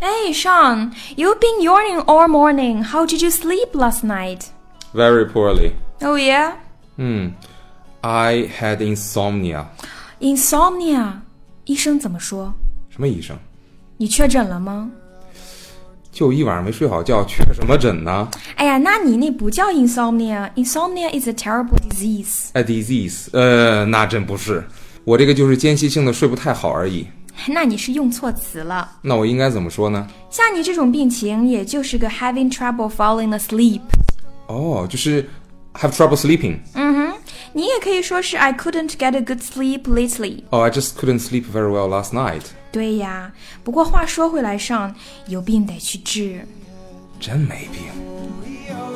Hey, Sean, you've been yawning all morning. How did you sleep last night? Very poorly. Oh, yeah? Hmm. I had insomnia. Insomnia. 医生怎么说？什么医生？你确诊了吗？就一晚上没睡好觉，缺什么诊呢哎呀，那你那不叫 insomnia。Insomnia is a terrible disease。 ？A disease？呃，那真不是，我这个就是间歇性的睡不太好而已。那你是用错词了。那我应该怎么说呢？像你这种病情，也就是个 having trouble falling asleep。哦，就是 have trouble sleeping. 嗯哼，你也可以说是 I couldn't get a good sleep lately。 Oh, I just couldn't sleep very well last night. 对呀，不过话说回来上，有病得去治。真没病。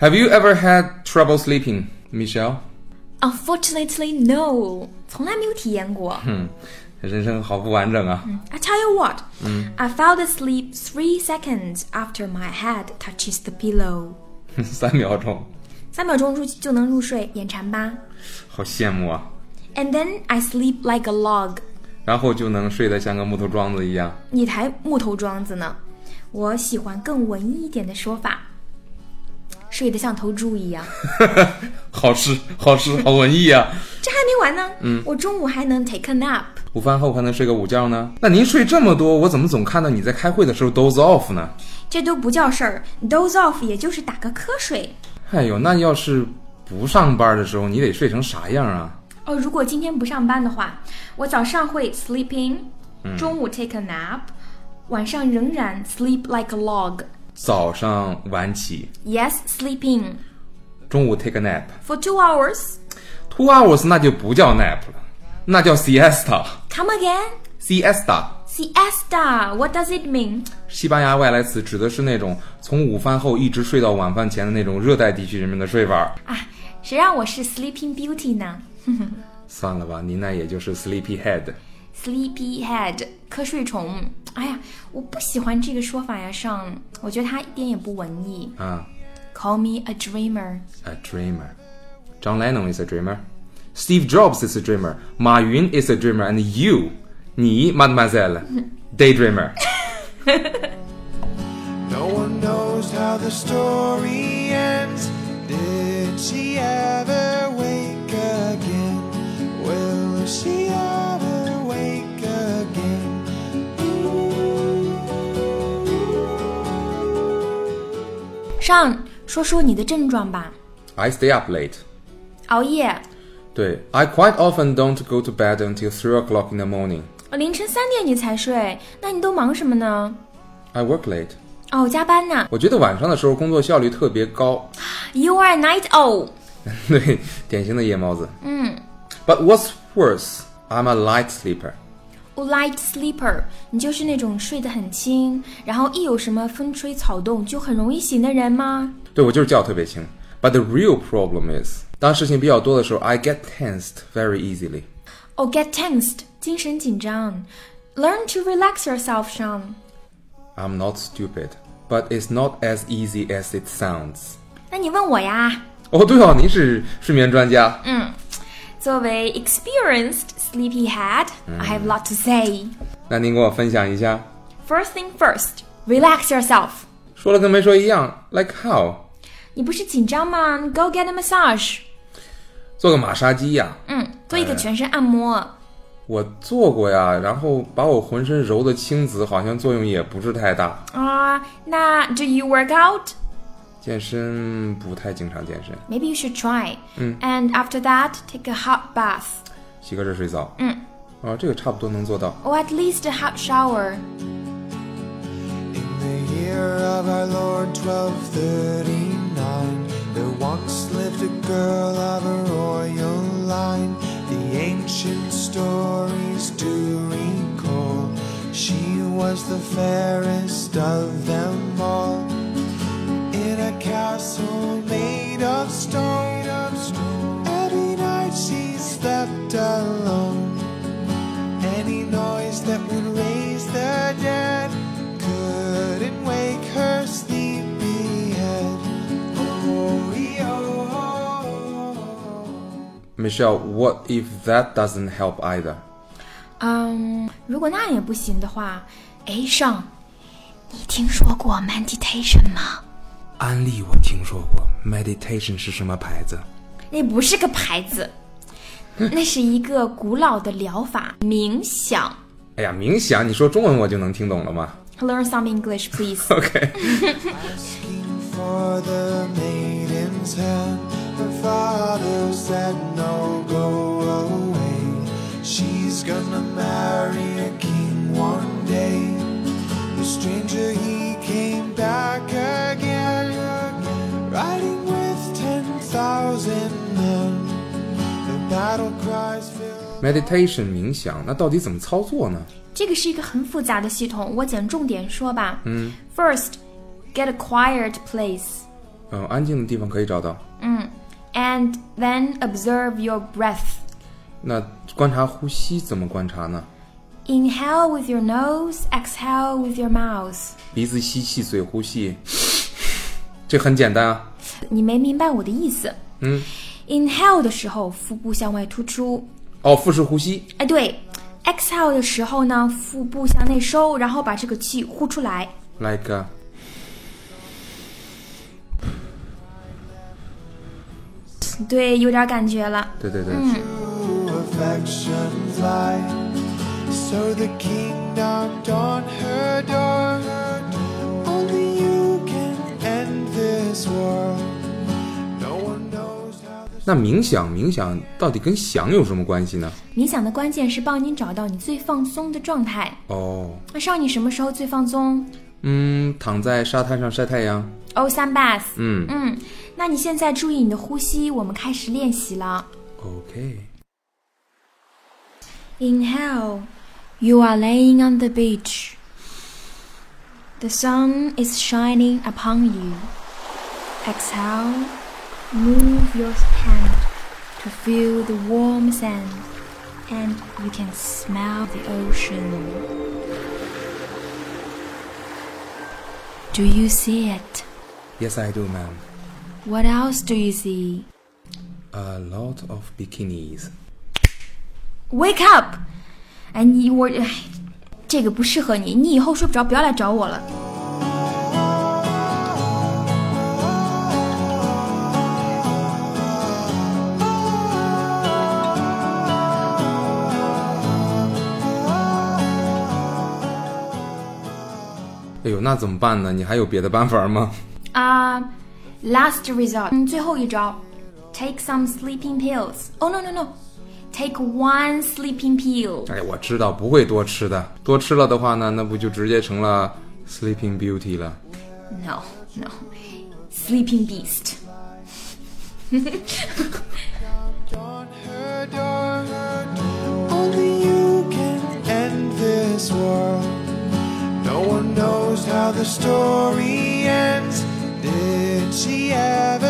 Have you ever had trouble sleeping, Michelle？ Unfortunately, no，从来没有体验过。嗯，人生好不完整啊。 I tell you what, I fell asleep three seconds after my head touches the pillow。三秒钟，三秒钟入就能入睡，眼馋吧。好羡慕啊！ And then I sleep like a log。然后就能睡得像个木头桩子一样。你才木头桩子呢，我喜欢更文艺一点的说法，睡得像头猪一样。好吃， 好吃，好文艺啊！这还没完呢，嗯，我中午还能 take a nap。午饭后还能睡个午觉呢。那您睡这么多，我怎么总看到你在开会的时候 doze off 呢？这都不叫事儿，doze off 也就是打个瞌睡。哎呦，那要是不上班的时候，你得睡成啥样啊？哦，如果今天不上班的话，我早上会 sleeping，中午 take a nap，、晚上仍然 sleep like a log。早上晚起， Yes, sleeping 中午 take a nap。 for two hours. Two hours 那就不叫 nap 了，那叫 siesta。 Come again? siesta， Siesta. What does it mean? 西班牙外来词指的是那种从午饭后一直睡到晚饭前的那种热带地区人民的睡法。啊，谁让我是 Sleeping Beauty 呢算了吧，您那也就是 sleepy head。 ？Sleepy Head，瞌睡虫。哎呀，我不喜欢这个说法呀，上，我觉得它一点也不文艺。啊 Call me a dreamer. ，a dreamer。John Lennon is a dreamer. Steve Jobs is a dreamer. 马云 is a dreamer. And you，你 Mademoiselle daydreamer。 No one knows how the story ends. Did she ever wake again? Will she ever wake again? 上，说说你的症状吧。 I stay up late. 熬夜，对，I quite often don't go to bed until three o'clock in the morning. 凌晨三点你才睡，那你都忙什么呢？ I work late. 哦，加班呢。我觉得晚上的时候工作效率特别高。 You are a night owl. 对，典型的夜猫子。嗯。But what's worse, I'm a light sleeper. Light sleeper，你就是那种睡得很轻，然后一有什么风吹草动就很容易醒的人吗？对我就是觉特别轻。But the real problem is，当事情比较多的时候，I get tensed very easily。哦、g e t tensed，精神紧张。Learn to relax yourself, Sean。 I'm not stupid, but it's not as easy as it sounds。那你问我呀，哦，对哦，您是睡眠专家。作为 experienced sleepyhead，I、have lot to say. 那您跟我分享一下， First thing first, relax yourself. 说了跟没说一样，like how？你不是紧张吗？Go get a massage. 做个马杀鸡呀、嗯，做一个全身按摩。我做过呀，然后把我浑身揉的青紫，好像作用也不是太大。啊、那 Do you work out? 健身不太经常健身， Maybe you should try. And after that, take a hot bath. 洗个热水澡。嗯，啊，这个差不多能做到。 or at least a hot shower. In the year of our Lord 1239, there once lived a girl of a royal line. The ancient stories do recall. She was the fairest of them all. In a castle made of stone, of stone. Every night she slept alone. Michelle, what if that doesn't help either? 嗯，Um, 如果那也不行的话，哎，上，你听说过 meditation 吗？安利我听说过，meditation 是什么牌子？那不是个牌子，那是一个古老的疗法，冥想。哎呀，冥想，你说中文我就能听懂了吗 Learn some English, please。 ？OK， asking for the maiden's hand. Her father said, No, go away. She's gonna marry a king one day. The stranger, he came back again, riding with 10,000 men. The battle cries filled. meditation 冥想，那到底怎么操作呢？这个是一个很复杂的系统，我简重点说吧。嗯，First, get a quiet place, 嗯、安静的地方可以找到。 and then observe your breath. 那观察呼吸怎么观察呢？ Inhale with your nose, exhale with your mouth。鼻子吸气，嘴呼吸， 这很简单啊。你没明白我的意思？嗯， Inhale 的时候，腹部向外突出，哦，腹式呼吸，哎，对，exhale 的时候呢，腹部向内收，然后把这个气呼出来。 like 呃 a- 对，有点感觉了。对对对， affection fly. So the king knocked on her door. Only you can end this war. No one knows how this. 那冥想冥想到底跟想有什么关系呢？冥想的关键是帮你找到你最放松的状态。哦，那少你什么时候最放松嗯，躺在沙滩上晒太阳， ？Oh, sun bath。嗯嗯，那你现在注意你的呼吸，我们开始练习了。 ，OK， Inhale, you are laying on the beach. The sun is shining upon you. Exhale, move your hand to feel the warm sand, and you can smell the ocean. Do you see it? Yes, I do, ma'am. What else do you see? A lot of bikinis. Wake up！哎，你我哎， 这个不适合你，你以后睡不着不要来找我了。哎呦，那怎么办呢？你还有别的办法吗？啊、l a s t Um, resort，嗯，最后一招，take some sleeping pills。哦、no no no，take one sleeping pill。哎，我知道不会多吃的，多吃了的话呢，那不就直接成了 Sleeping Beauty 了？ No no，sleeping beast。 on her door. Only you can end this war. No one knows how the story ends. Did she ever?